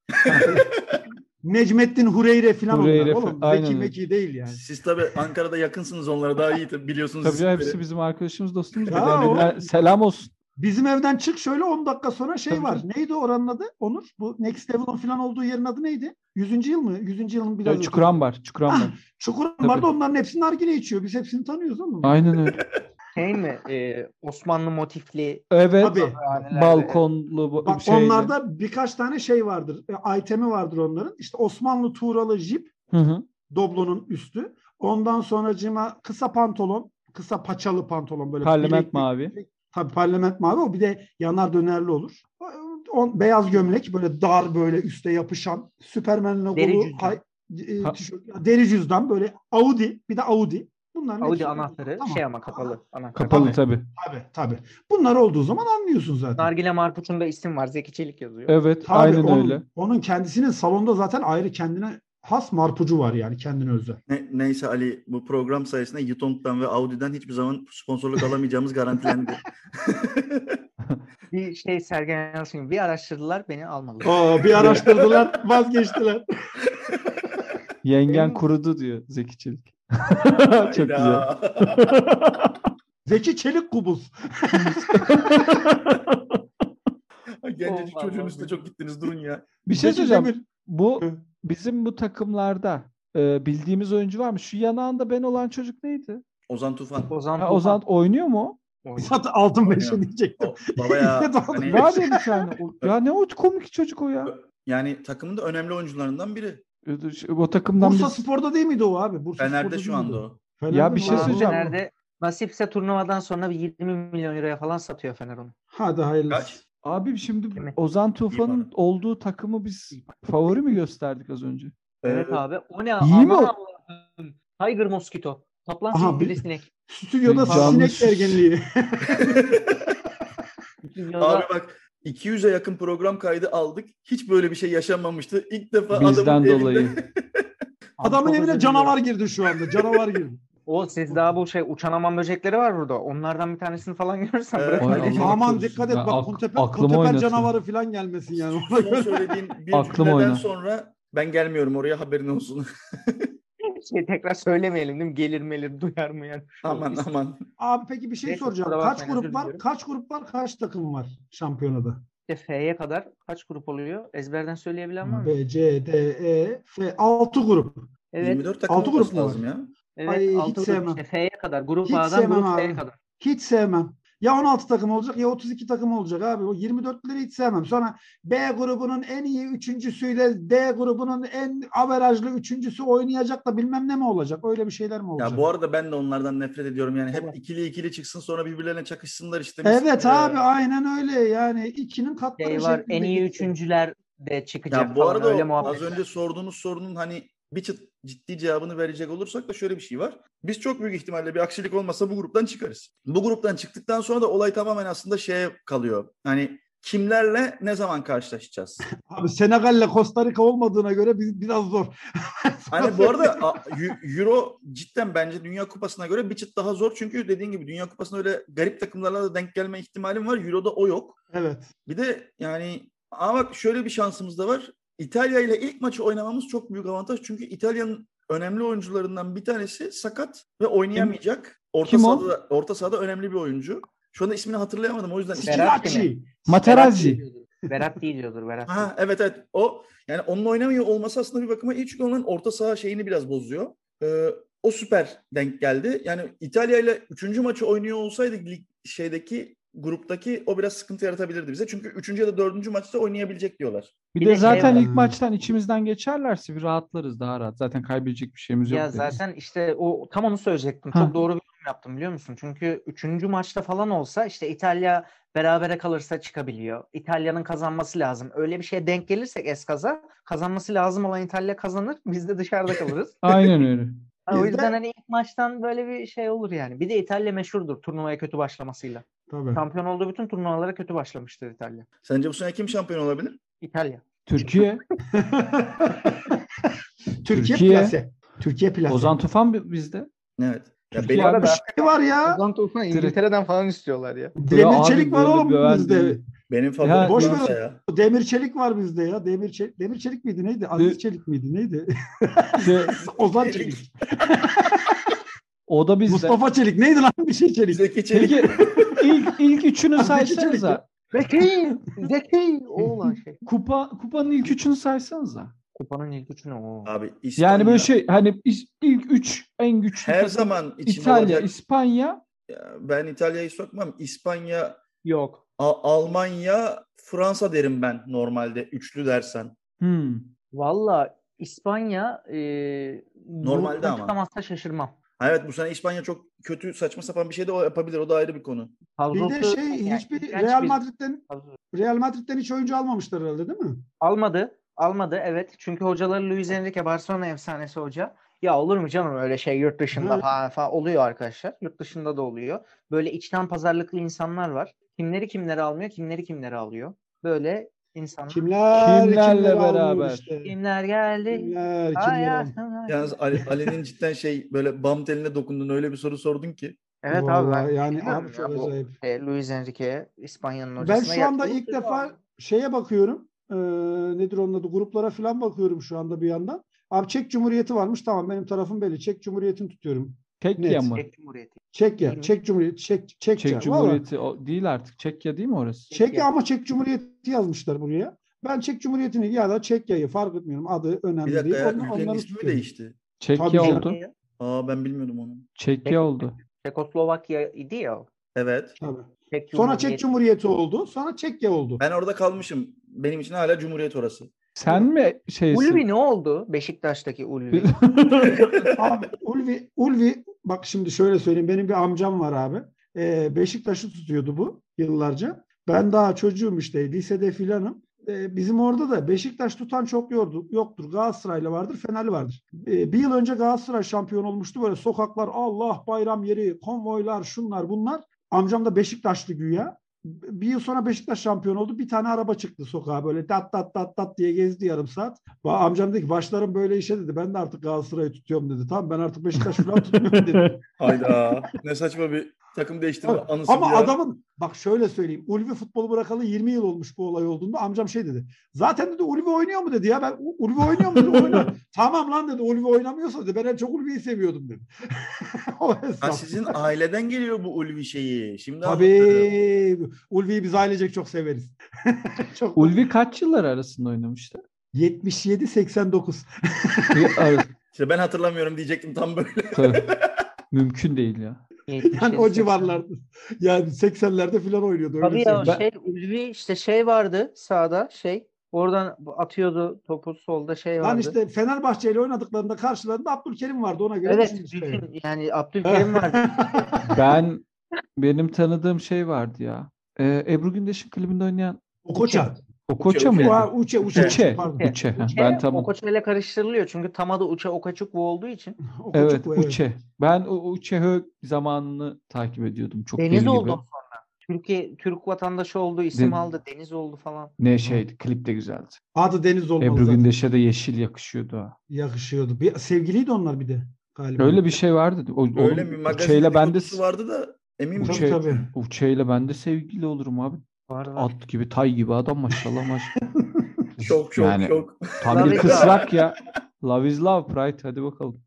B: Necmettin Hureyre falan
C: Hureyre
B: onlar.
C: fa-
B: Oğlum,
C: aynen
B: Zeki
C: öyle.
B: Meki değil yani.
A: Siz tabii Ankara'da yakınsınız onlara daha iyi tabii biliyorsunuz.
C: Tabii ya,
A: isimleri.
C: hepsi bizim arkadaşımız dostumuz.
B: Ya
C: birbirlerine.
B: oğlum.
C: Selam olsun.
B: Bizim evden çık şöyle 10 dakika sonra şey
C: Tabii
B: var.
C: canım.
B: Neydi oranın adı? Onur. Bu Next Level'ın falan olduğu yerin adı neydi? 100. yıl mı? 100. yılın biraz ötesi.
C: Çukuran var. Çukuran
B: Ah,
C: var.
B: Çukuran
C: Tabii.
B: vardı onların hepsi nargile içiyor. Biz hepsini tanıyoruz ama.
C: Aynen öyle.
D: şey mi? Ee, Osmanlı motifli
C: Evet. şey
B: Tabii.
D: hanelerde-
C: Balkonlu bu-
B: Bak
C: şeyle.
B: onlarda birkaç tane şey vardır. E, itemi vardır onların. İşte Osmanlı Tuğralı jip.
C: Hı hı.
B: Doblonun üstü. Ondan sonracığıma kısa pantolon. Kısa paçalı pantolon. Böyle
C: Parlament
B: bilekli-
C: mavi.
B: Tabii parlament mavi o bir de yanar dönerli olur. On, beyaz gömlek böyle dar böyle üste yapışan Süpermen'in
D: Deri
B: logolu
D: cüzdan.
B: hay- e,
C: Ha.
B: tişört- deri cüzdan böyle Audi bir de Audi. Bunların
D: Audi
B: hepsi-
D: anahtarı
B: Tamam.
D: şey ama kapalı. Anahtar.
C: Kapalı
D: Tabii.
C: tabii.
B: Tabii tabii. Bunlar olduğu zaman anlıyorsun zaten.
D: Nargile Marpuç'unda isim var. Zeki Çelik yazıyor.
C: Evet.
B: Tabii
C: aynen
B: onun,
C: öyle.
B: Onun kendisinin salonda zaten ayrı kendine has marpucu var yani kendine özel.
A: Ne- neyse Ali bu program sayesinde Yutong'dan ve Audi'den hiçbir zaman sponsorluk alamayacağımız garantilendi.
D: Bir şey Sergen Yalçın gibi bir araştırdılar beni almadılar.
B: Aa, bir araştırdılar vazgeçtiler.
C: Yengen
D: Benim-
C: kurudu diyor Zeki Çelik. Çok
A: Hayda.
C: güzel.
B: Zeki Çelik kubuz.
A: Gencecik
D: Allah
A: çocuğun
D: Allah.
A: üstüne çok gittiniz durun ya.
C: Bir şey
B: Zeki
C: söyleyeceğim.
B: Demir.
C: Bu
B: Hı.
C: bizim bu takımlarda e, bildiğimiz oyuncu var mı? Şu yanağında ben olan çocuk neydi?
A: Ozan Tufan.
D: Ozan
C: Ha,
D: Tufan.
C: Ozan oynuyor mu? o?
D: Ozan.
B: Zaten altın beşe diyecektim.
A: O, Oh, baba ya.
B: Ne oldu?
A: hani-
C: Var ya bir tane. O- Ya ne o komik çocuk o ya. şey,
A: yani takımın da önemli oyuncularından biri.
C: O takımdan
B: Bursa
C: biz-
B: Spor'da değil miydi o abi? Bursa
A: Fener'de
B: Spor'da
A: şu
B: değil
A: anda
B: miydi
A: o.
B: o?
C: Ya
B: Fener'de
C: bir
B: mi?
C: şey
D: Aa,
C: söyleyeceğim.
D: Fener'de nasipse turnuvadan sonra bir 20 milyon euroya falan satıyor Fener onu.
B: Hadi hayırlısı.
A: Kaç?
C: Abi şimdi
D: Değil mi?
C: Ozan Tufan'ın
A: para.
C: olduğu takımı biz favori mi gösterdik az önce?
D: Evet
A: Ee,
D: abi. O ne?
C: iyi mi
D: Aman
C: o?
D: Allah'ım. Tiger Mosquito. Kaplan
B: Aha,
D: sinek,
B: bir-
D: bir sinek.
B: Stüdyoda
C: Canlı
B: sinek
C: sus.
B: gerginliği.
A: Abi bak 200'e yakın program kaydı aldık. Hiç böyle bir şey yaşanmamıştı. İlk defa
C: Bizden
A: adamın elinde-
C: dolayı.
B: Adamın
D: çok
B: evine
D: özür
B: canavar girdi şu anda. Canavar girdi.
D: O siz daha bu şey uçan aman böcekleri var burada. Onlardan bir tanesini falan görürsen
A: Evet.
D: bırak.
A: Ay,
D: öyle.
C: Allah
B: Aman
C: korusun.
B: dikkat et
C: Ya
B: bak
C: ak-
B: Kunteper,
C: aklım
B: Kunteper
C: oynadı.
B: canavarı falan gelmesin yani. Ona
A: Son
B: göre.
A: söylediğin bir
C: Aklım
A: cümleden
C: oynar.
A: sonra ben gelmiyorum oraya haberin olsun.
D: Şey, tekrar söylemeyelim değil mi? Gelir melir duyar mı yani?
A: aman aman.
B: Abi peki bir şey
D: Neyse,
B: soracağım.
D: kusura
B: Kaç
D: bakmayın,
B: grup
D: özür
B: var?
D: diliyorum.
B: Kaç grup var? Kaç takım var şampiyonada?
D: İşte F'ye kadar kaç grup oluyor? Ezberden söyleyebilen var mı?
B: B, C, D, E, F. 6 grup.
D: Evet.
A: 24 takım
B: Altı grup
A: olması
B: mu var?
A: lazım ya.
D: evet
B: Ay, hiç
D: altı grup
B: sevmem.
D: işte F'ye kadar. Grup
B: Hiç
D: A'dan grup
B: sevmem
D: F'ye
B: abi.
D: kadar.
B: Hiç sevmem. Ya 16 takım olacak ya 32 takım olacak abi. O 24'leri hiç sevmem. Sonra B grubunun en iyi üçüncüsüyle D grubunun en averajlı üçüncüsü oynayacak da bilmem ne mi olacak? Öyle bir şeyler mi olacak?
A: Ya bu arada ben de onlardan nefret ediyorum. Yani hep ikili ikili çıksın sonra birbirlerine çakışsınlar işte. Biz-
B: Evet
A: Ee,
B: abi aynen öyle. Yani ikinin katları
D: Şey var.
B: şeklinde
D: En iyi
B: gidiyor.
D: üçüncüler de çıkacak.
A: Ya bu
D: falan,
A: arada
D: öyle
A: o- az
D: muhabbetler.
A: önce sorduğunuz sorunun hani bir çıt- ciddi cevabını verecek olursak da şöyle bir şey var. Biz çok büyük ihtimalle bir aksilik olmasa bu gruptan çıkarız. Bu gruptan çıktıktan sonra da olay tamamen aslında şeye kalıyor. Hani kimlerle ne zaman karşılaşacağız?
B: Abi Senegal'le Costa Rica olmadığına göre biz, biraz zor.
A: Hani bu arada a- Eu- Euro cidden bence Dünya Kupası'na göre bir çıt daha zor. Çünkü dediğin gibi Dünya Kupası'na öyle garip takımlarla da denk gelme ihtimalim var. Euro'da o yok.
B: evet.
A: Bir de yani ama bak şöyle bir şansımız da var. İtalya ile ilk maçı oynamamız çok büyük avantaj. Çünkü İtalya'nın önemli oyuncularından bir tanesi sakat ve oynayamayacak. Orta
C: Kim o?
A: sahada da- orta sahada önemli bir oyuncu. Şu anda ismini hatırlayamadım o yüzden.
D: Berat.
B: Stilacci.
C: Materazzi.
D: Berat değil diyordur Berat. değil.
A: Ha evet evet. O yani onun oynamıyor olması aslında bir bakıma iyi çünkü onun orta saha şeyini biraz bozuyor. Ee, o süper denk geldi. Yani İtalya ile 3. maçı oynuyor olsaydı lig şeydeki gruptaki o biraz sıkıntı yaratabilirdi bize. Çünkü 3. ya da 4. maçta oynayabilecek diyorlar.
C: Bir,
D: Bir
C: de,
D: de şey
C: zaten
D: var.
C: ilk maçtan içimizden geçerlerse bir rahatlarız daha rahat. Zaten kaybedecek bir şeyimiz yok.
D: Ya
C: deriz.
D: zaten işte o tam onu söyleyecektim.
C: Ha.
D: Çok doğru bir yorum yaptım biliyor musun? Çünkü üçüncü maçta falan olsa işte İtalya berabere kalırsa çıkabiliyor. İtalya'nın kazanması lazım. Öyle bir şeye denk gelirsek eskaza kazanması lazım olan İtalya kazanır. Biz de dışarıda kalırız.
C: Aynen öyle.
D: Ha, o
A: Bir de-
D: yüzden hani ilk maçtan böyle bir şey olur yani. Bir de İtalya meşhurdur turnuvaya kötü başlamasıyla.
B: Tabii.
D: Şampiyon olduğu bütün turnuvalara kötü başlamıştır İtalya.
A: Sence bu sene kim şampiyon olabilir?
D: İtalya.
C: Türkiye.
B: Türkiye,
C: Türkiye.
B: plase. Türkiye plase.
C: Ozan Tufan bi- bizde.
A: Evet. Ya
C: Türkiye
A: benim-
C: abi.
B: Ne var ya?
D: Ozan Tufan
C: İngiltere'den
D: falan istiyorlar ya.
C: Ya
B: Demir
C: abi
B: çelik var
C: böyle
B: oğlum
C: döven
B: bizde.
C: değil.
A: Benim
C: Ya-
A: favorim
B: Boş ver
A: Fransa
B: onu.
A: ya.
B: Demir çelik var bizde ya. Demir çelik, demir çelik miydi neydi? Aziz
C: Dö-
B: çelik miydi neydi?
C: De-
B: Ozan çelik.
C: o da bizde.
B: Mustafa çelik. Neydi lan bir şey çelik?
A: Zeki Çelik.
C: Peki ilk ilk üçünü
B: Abi
C: saysanıza.
D: Zeki! Zeki! O olan şey.
C: Kupa kupanın ilk üçünü saysanıza.
D: Kupanın ilk üçü ne? Oo.
A: Abi İspanya.
C: Yani böyle şey hani is- ilk üç en güçlü
A: her
C: takım
A: zaman içinde
C: İtalya,
A: olacak.
C: İspanya
A: Ya Ben İtalya'yı sokmam. İspanya,
D: Yok.
A: A- Almanya, Fransa derim ben normalde üçlü dersen.
C: hmm.
D: Valla İspanya e,
A: Normalde
D: gruptan
A: ama.
D: çıkamazsa şaşırmam.
A: Ha evet bu sene İspanya çok kötü saçma sapan bir şey de o yapabilir. O da ayrı bir konu.
B: Bir de
D: Kadrosu
B: şey
D: yani
B: hiçbir
D: iğrenç
B: Real
D: bir
B: Madrid'den
D: kadro.
B: Real Madrid'den hiç oyuncu almamışlar herhalde değil mi?
D: Almadı. Almadı evet. Çünkü hocaları Luis Enrique Barcelona efsanesi hoca. Ya olur mu canım öyle şey yurt dışında
B: Hı.
D: falan, falan oluyor arkadaşlar. Yurt dışında da oluyor. Böyle içten pazarlıklı insanlar var. Kimleri kimleri almıyor, kimleri kimleri alıyor. Böyle insanlar.
B: Kimler
C: Kimlerle
B: almıyor
C: beraber?
B: Işte.
D: Kimler geldi?
B: Kimler
D: Ay,
B: kimler? almıyor?
D: ay, ay.
A: Yalnız Ali- Ali'nin cidden şey böyle bam teline dokundun öyle bir soru sordun ki.
D: Evet abi.
B: Vallahi
D: ben
B: yani
D: bilmiyorum
B: abi
D: ya
B: çok
D: bu-
B: acayip.
D: E, Luis Enrique İspanya'nın
B: Ben
D: hocasına
B: şu anda
D: yaptığı
B: ilk
D: kötü
B: defa
D: abi.
B: şeye bakıyorum. Ee, nedir onun adı? Gruplara falan bakıyorum şu anda bir yandan. Abi Çek Cumhuriyeti varmış. Tamam benim tarafım belli. Çek Cumhuriyeti'ni tutuyorum.
C: Çekya
B: Net.
C: mı?
D: Çek Cumhuriyeti.
B: Çekya.
D: Hı.
B: Çek Cumhuriyeti. Çek, Çekça.
C: Çek
B: Vallahi
C: Cumhuriyeti o değil artık. Çekya değil mi orası?
B: Çekya ama Çek Cumhuriyeti yazmışlar buraya. Ben Çek Cumhuriyeti'ni ya da Çekya'yı fark etmiyorum. Adı
A: Bir
C: Hani
B: önemli
A: dakika
B: değil.
A: ya
B: Onu-
A: ülkenin
B: onları
A: ismi
B: tutuyorum.
A: değişti.
B: Tabii
C: Çekya
B: canım.
C: oldu.
A: Aa ben bilmiyordum onu.
C: Çekya oldu.
D: Çekoslovakya idi ya. o.
A: Evet.
B: Tabii.
D: Çek
B: Sonra Çek Cumhuriyeti oldu. Sonra Çekya oldu.
A: Ben orada kalmışım. Benim için hala Cumhuriyet orası.
C: Sen mi
D: Ulvi
C: şeysin?
D: ne oldu? Beşiktaş'taki Ulvi.
B: Abi Ulvi, Ulvi bak şimdi şöyle söyleyeyim. Benim bir amcam var abi. Ee, Beşiktaş'ı tutuyordu bu yıllarca. Ben daha çocuğum işte lisede filanım. Ee, bizim orada da Beşiktaş tutan çok yordu, yoktur. Galatasaray'la vardır, Fener'li vardır. Ee, bir yıl önce Galatasaray şampiyon olmuştu. Böyle sokaklar Allah bayram yeri, konvoylar şunlar bunlar. Amcam da Beşiktaşlı güya. Bir yıl sonra Beşiktaş şampiyon oldu. Bir tane araba çıktı sokağa böyle tat tat tat tat diye gezdi yarım saat. Ba- Amcam dedi ki başlarım böyle işe dedi. Ben de artık Galatasaray'ı tutuyorum dedi. Tamam ben artık Beşiktaş falan tutmuyorum dedi.
A: Hayda. ne saçma bir takım değiştirme
B: Tabii.
A: anısı
B: Ama
A: bu ya.
B: adamın bak şöyle söyleyeyim. Ulvi futbolu bırakalı 20 yıl olmuş bu olay olduğunda amcam şey dedi. Zaten dedi Ulvi oynuyor mu dedi ya. Ben "U- Ulvi oynuyor mu dedi. Oyna. tamam lan dedi Ulvi oynamıyorsa dedi. Ben en çok Ulvi'yi seviyordum dedi. o
A: Ha,
B: hesap.
A: sizin aileden geliyor bu ulvi şeyi. Şimdi anladım.
B: Tabii. Ulvi'yi biz ailecek çok severiz. çok.
C: Ulvi kaç yıllar arasında oynamıştı?
B: 77-89.
C: Bir ara-
A: İşte ben hatırlamıyorum diyecektim tam böyle.
C: Tabii. Mümkün değil ya.
B: Yani o civarlarda. Yani 80'lerde falan oynuyordu. öyle
D: Tabii ya
B: söyleyeyim.
D: şey Ulvi işte şey vardı sağda şey. Oradan atıyordu topu solda şey vardı.
B: Lan işte Fenerbahçe ile oynadıklarında karşılarında Abdülkerim vardı ona göre.
D: evet
B: düşünün işte.
D: düşün, yani Abdülkerim vardı.
C: Ben benim tanıdığım şey vardı ya. Ee, Ebru Gündeş'in klibinde oynayan
B: Okoça.
C: o koça
A: Uçe,
C: mıydı?
B: Ua- Uçe, uçe,
C: Uçe.
B: pardon.
C: Uçe. ha,
D: Uçe,
C: Ben tamam.
D: Okoç ile karıştırılıyor çünkü tam adı Uça Okaçuk bu olduğu için.
B: Okoçuk
C: Evet
B: bu, evet.
C: Uçe. Ben o Uçe Hö zamanını takip ediyordum. Çok deli
D: Deniz
C: gibi.
D: oldu. Türkiye Türk vatandaşı oldu, isim
C: Den-
D: aldı, Deniz oldu falan.
C: Ne şeydi klip de güzeldi.
B: Adı Deniz olmalı
C: Ebru
B: zaten.
C: Gündeş'e de yeşil yakışıyordu. ha.
B: Yakışıyordu. Bir, sevgiliydi onlar bir de galiba.
C: Öyle bir şey vardı. O,
A: Öyle
C: oğlum,
A: bir
C: Uçe'yle
A: magazin
C: ben de
A: dedikodusu vardı da emin
B: Tabii
A: miyim?
C: Uçak- şey-
B: tabii.
C: Uçe'yle ben de sevgili olurum abi.
D: Var var.
C: At gibi tay gibi adam maşallah maşallah.
A: Şok şok
C: Yani
A: şok.
C: Tam
D: Love
C: bir
D: is
C: kısrak ya. Love is love Pride hadi bakalım.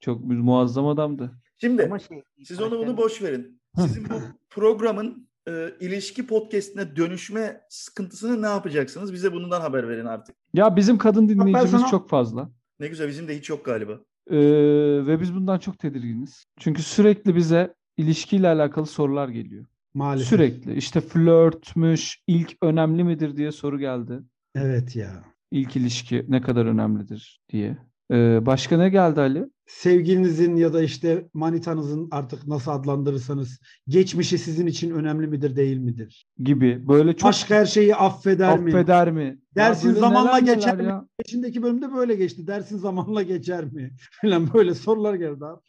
C: Çok mu- muazzam adamdı.
A: Şimdi
D: Ama şey,
A: siz onu bunu
D: karakterin-
A: boş verin. Sizin bu programın e, ilişki podcastine dönüşme sıkıntısını ne yapacaksınız? Bize bundan haber verin artık.
C: Ya bizim kadın
B: ben
C: dinleyicimiz
B: sana-
C: çok fazla.
A: Ne güzel bizim de hiç yok galiba.
C: Ee, ve biz bundan çok tedirginiz. Çünkü sürekli bize ilişkiyle alakalı sorular geliyor.
B: Maalesef.
C: Sürekli işte flörtmüş, ilk önemli midir diye soru geldi.
B: Evet ya.
C: İlk ilişki ne kadar önemlidir diye. Ee, başka ne geldi Ali?
B: Sevgilinizin ya da işte manitanızın artık nasıl adlandırırsanız geçmişi sizin için önemli midir değil midir?
C: Gibi. Böyle çok
B: Aşk her şeyi affeder mi?
C: affeder mi? Ya
B: Dersin
C: böyle
B: zamanla
C: neler
B: geçer
C: neler
B: mi?
C: ya.
B: İçindeki bölümde böyle geçti. Dersin zamanla geçer mi? Falan böyle sorular geldi abi.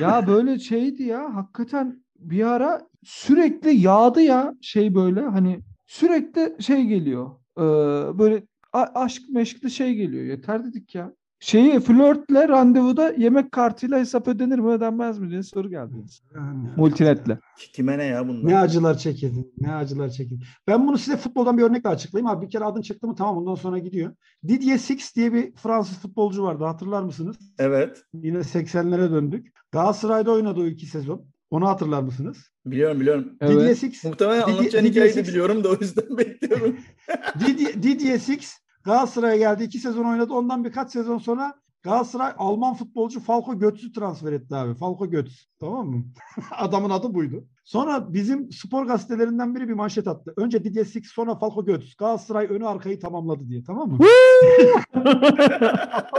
C: Ya böyle şeydi ya hakikaten bir ara sürekli yağdı ya şey böyle hani sürekli şey geliyor. Ee, böyle a- aşk meşkli şey geliyor. Yeter dedik ya. Şeyi flörtle randevuda yemek kartıyla hesap ödenir mi ödenmez mi diye soru geldi.
B: Yani.
C: Multinetle.
A: Kime ne ya bunlar?
B: Ne acılar çekildi. Ne acılar çekildi. Ben bunu size futboldan bir örnekle açıklayayım. Abi bir kere adın çıktı mı tamam ondan sonra gidiyor. Didier Six diye bir Fransız futbolcu vardı hatırlar mısınız?
A: Evet.
B: Yine 80'lere döndük. Galatasaray'da oynadı o iki sezon. Onu hatırlar mısınız?
A: Biliyorum biliyorum.
B: Didier
C: Evet.
B: Six,
A: Muhtemelen
B: Didi-
A: anlatacağın
B: Didi
A: hikayeyi de
B: Six-
A: biliyorum da o yüzden bekliyorum.
B: Didier, Didier Six Galatasaray'a geldi. iki sezon oynadı. Ondan birkaç sezon sonra Galatasaray Alman futbolcu Falco Götz'ü transfer etti abi. Falco Götz. Tamam mı? Adamın adı buydu. Sonra bizim spor gazetelerinden biri bir manşet attı. Önce Didier Six sonra Falco Götz. Galatasaray önü arkayı tamamladı diye. Tamam mı?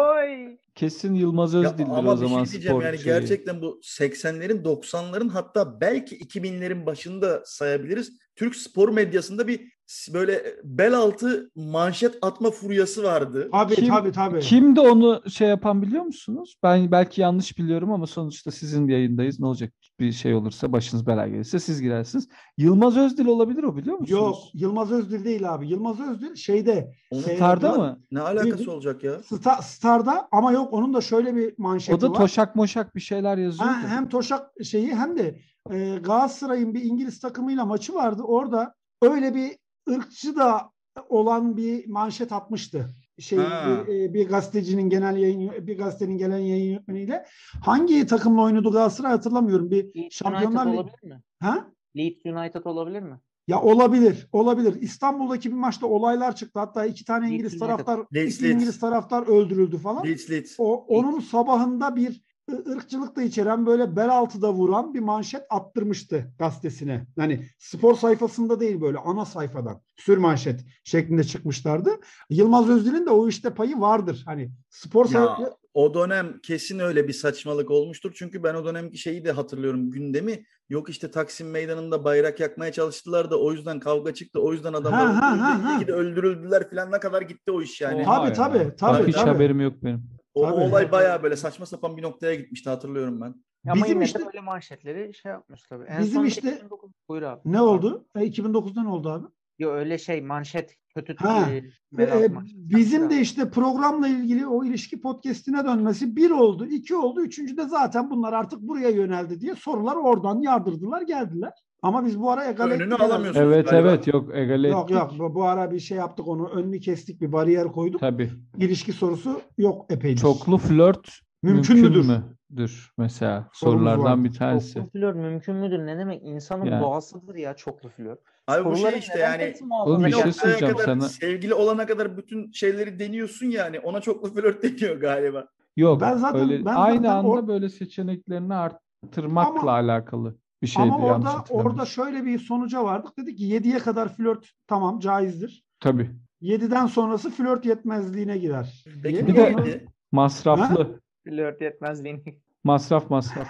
D: Oy.
C: Kesin Yılmaz
A: Ya
C: Özdildir
A: ama
C: o
A: bir
C: zaman
A: şey diyeceğim
C: spor
A: yani
C: şeyi.
A: gerçekten bu 80'lerin 90'ların hatta belki 2000'lerin başında sayabiliriz. Türk spor medyasında bir s- böyle e, bel altı manşet atma furyası vardı.
B: Tabii
C: Kim-
B: tabii tabii.
C: Kimdi onu şey yapan biliyor musunuz? Ben belki yanlış biliyorum ama sonuçta sizin yayındayız. Ne olacak bir şey olursa başınız belaya gelirse siz girersiniz. Yılmaz Özdil olabilir o biliyor musunuz?
B: Yok Yılmaz Özdil değil abi. Yılmaz Özdil şeyde
A: Onu
B: Seyhan-
C: Starda mı?
A: Ne alakası
B: Bildim.
A: olacak ya?
B: Sta- Star'da ama yok onun da şöyle bir manşeti
C: O da
B: var.
C: toşak moşak bir şeyler yazıyordu.
B: Ha, hem Toşak şeyi hem de e, Galatasaray'ın bir İngiliz takımıyla maçı vardı. Orada öyle bir ırkçı da olan bir manşet atmıştı. Şey
A: Ha.
B: bir, e, bir gazetecinin genel yayın bir gazetenin gelen yayın yönetmeniyle hangi takımla oynadı Galatasaray hatırlamıyorum. Bir
D: Leeds
B: Şampiyonlar
D: United
B: Ligi.
D: olabilir mi?
B: Ha?
D: Leeds United olabilir mi?
B: Ya olabilir, olabilir. İstanbul'daki bir maçta olaylar çıktı. Hatta iki tane İngiliz
D: Leeds United.
B: taraftar,
A: Leeds,
B: iki
A: Leeds.
B: İngiliz taraftar öldürüldü falan.
A: Leeds Leeds.
B: O onun sabahında bir ı- ırkçılık da içeren böyle bel altı da vuran bir manşet attırmıştı gazetesine. Yani spor sayfasında değil böyle ana sayfadan sür manşet şeklinde çıkmışlardı. Yılmaz Özdil'in de o işte payı vardır. Hani spor sayfa
A: Ya o dönem kesin öyle bir saçmalık olmuştur. Çünkü ben o dönemki şeyi de hatırlıyorum gündemi. Yok işte Taksim Meydanı'nda bayrak yakmaya çalıştılar da o yüzden kavga çıktı. O yüzden adamlar
B: Ha, ha, ha,
A: öldürüldü,
B: ha.
A: iki de öldürüldüler falan ne kadar gitti o iş yani.
B: Oha. Tabii,
C: ya.
B: tabii,
C: Bak
B: tabii,
C: hiç
B: tabii.
C: haberim yok benim.
A: O, o
B: Tabii.
A: olay bayağı böyle saçma sapan bir noktaya gitmişti hatırlıyorum ben.
D: Ama
B: Bizim
D: yine
B: işte-
D: de böyle manşetleri şey yapmış tabii.
B: Bizim
D: son
B: işte-
D: 2009 Buyur abi.
B: ne oldu? E, 2009'da ne oldu abi?
D: Yo öyle şey manşet kötü
B: Ha.
D: e, bel
B: Ee,
D: altı manşet.
B: bizim de işte programla ilgili o ilişki podcastine dönmesi bir oldu, iki oldu, üçüncü de zaten bunlar artık buraya yöneldi diye sorular oradan yardırdılar geldiler. Ama biz bu araya
A: Önünü alamıyorsun.
C: Evet
A: galiba.
C: evet yok egale
B: Yok
C: ettik.
B: yok bu, bu ara bir şey yaptık onu önünü kestik bir bariyer koyduk.
C: Tabii.
B: İlişki sorusu yok epeydir.
C: Çoklu flört
B: mümkün, müdür?
C: müdür? Mesela
B: Sorumuz
C: sorulardan
B: vardı.
C: bir tanesi.
D: Çoklu flör mümkün müdür? Ne demek? İnsanın
C: Yani.
D: doğasıdır ya çoklu flör.
A: Abi bu
D: Soruların
A: şey işte
D: neden
A: yani
D: hepsi muhafaza
C: Oğlum bir şey
D: ediyor?
A: noktaya
C: söyleyeceğim
A: kadar
C: sana.
A: sevgili olana kadar bütün şeyleri deniyorsun yani. Ona çoklu flört deniyor galiba.
C: Yok.
B: Ben zaten-
C: öyle,
B: ben
C: aynı
B: zaten
C: anda
B: or-
C: böyle seçeneklerini arttırmakla
B: Ama-
C: alakalı bir şeydi.
B: Ama
C: yanlış
B: orada orada
C: hatırlamıyorsam.
B: şöyle bir sonuca vardık. Dedik ki 7'ye kadar flört tamam caizdir.
C: Tabii.
B: 7'den sonrası flört yetmezliğine girer.
A: Peki
B: diye.
C: Bir de-
A: neydi?
C: Masraflı.
D: Flört yetmez beni.
C: Masraf masraf.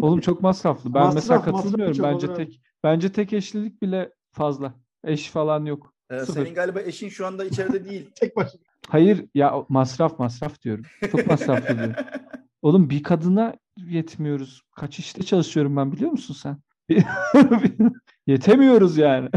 C: Oğlum çok masraflı. Ben
B: Masraf,
C: mesela
B: masraf
C: katılmıyorum.
B: çok
C: Bence
B: olur
C: tek bence tek eşlilik bile fazla. Eş falan yok.
A: Ee,
C: Sıfır.
A: senin galiba eşin şu anda içeride değil.
B: Tek başına.
C: Hayır ya masraf masraf diyorum. Çok masraflı diyorum. Oğlum bir kadına yetmiyoruz. Kaç işte çalışıyorum ben biliyor musun sen? Yetemiyoruz yani.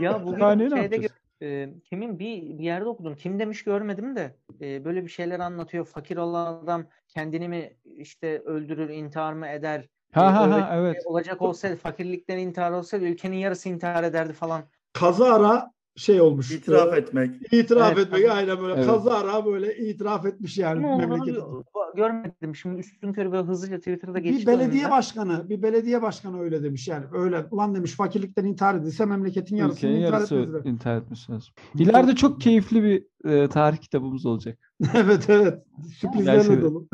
D: Ya bugün
C: Saniye ne
D: şeyde
C: yapacağız?
D: gö- e, kimin bir, bir yerde okudum. Kim demiş görmedim de e, böyle bir şeyler anlatıyor. Fakir olan adam kendini mi işte öldürür, intihar mı eder?
C: ha ha
D: Öyle-
C: ha evet.
D: Olacak olsaydı fakirlikten intihar olsaydı ülkenin yarısı intihar ederdi falan.
B: Kazara şey olmuş.
A: İtiraf
B: e,
A: etmek.
B: İtiraf
D: Evet,
B: etmek
D: tabii.
B: aynen böyle
C: Evet.
B: kazara böyle itiraf etmiş yani
D: Ama onu
B: memleket.
D: gö- görmedim. Şimdi üstün körü böyle hızlıca Twitter'da geçti.
B: Bir belediye
D: önümden.
B: başkanı, bir belediye başkanı öyle demiş yani. Öyle ulan demiş fakirlikten intihar edilse memleketin yarısını
C: Ülkenin
B: intihar
C: yarısı
B: etmezler.
C: intihar etmiş lazım. İleride çok keyifli bir e, tarih kitabımız olacak.
B: evet evet. Sürprizlerle
C: Gerçekten.
B: dolu.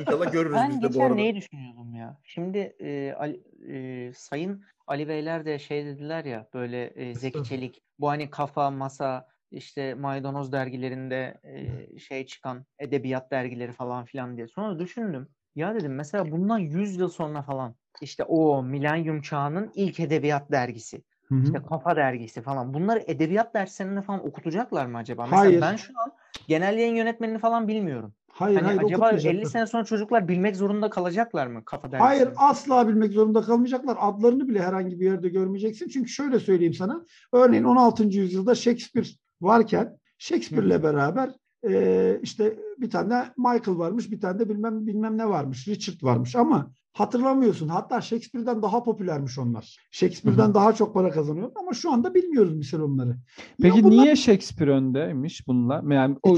A: İnşallah görürüz
D: Ben
A: biz de bu
D: geçen
A: arada.
D: neyi düşünüyordum ya? Şimdi e, Ali- e, Sayın Ali Beyler de şey dediler ya böyle e, Zeki
B: Estağfurullah.
D: Çelik bu hani kafa masa işte maydanoz dergilerinde e, şey çıkan edebiyat dergileri falan filan diye. Sonra düşündüm. Ya dedim mesela bundan 100 yıl sonra falan işte o milenyum çağının ilk edebiyat dergisi.
B: Hı hı.
D: İşte kafa dergisi falan. Bunları edebiyat derslerinde falan okutacaklar mı acaba?
B: Hayır.
D: Mesela ben şu an genel yayın yönetmenini falan bilmiyorum.
B: Hayır
D: Hani
B: hayır
D: acaba
B: okutmayacaklar.
D: 50 sene sonra çocuklar bilmek zorunda kalacaklar mı kafa dersini?
B: Hayır asla bilmek zorunda kalmayacaklar. Adlarını bile herhangi bir yerde görmeyeceksin. Çünkü şöyle söyleyeyim sana. Örneğin 16. yüzyılda Shakespeare varken Shakespeare'le beraber e, işte bir tane Michael varmış, bir tane de bilmem bilmem ne varmış, Richard varmış ama hatırlamıyorsun. Hatta Shakespeare'den daha popülermiş onlar. Shakespeare'den daha çok para kazanıyor ama şu anda bilmiyoruz misal onları.
C: Peki
B: Ya bunlar-
C: niye Shakespeare öndeymiş bunlar? Yani o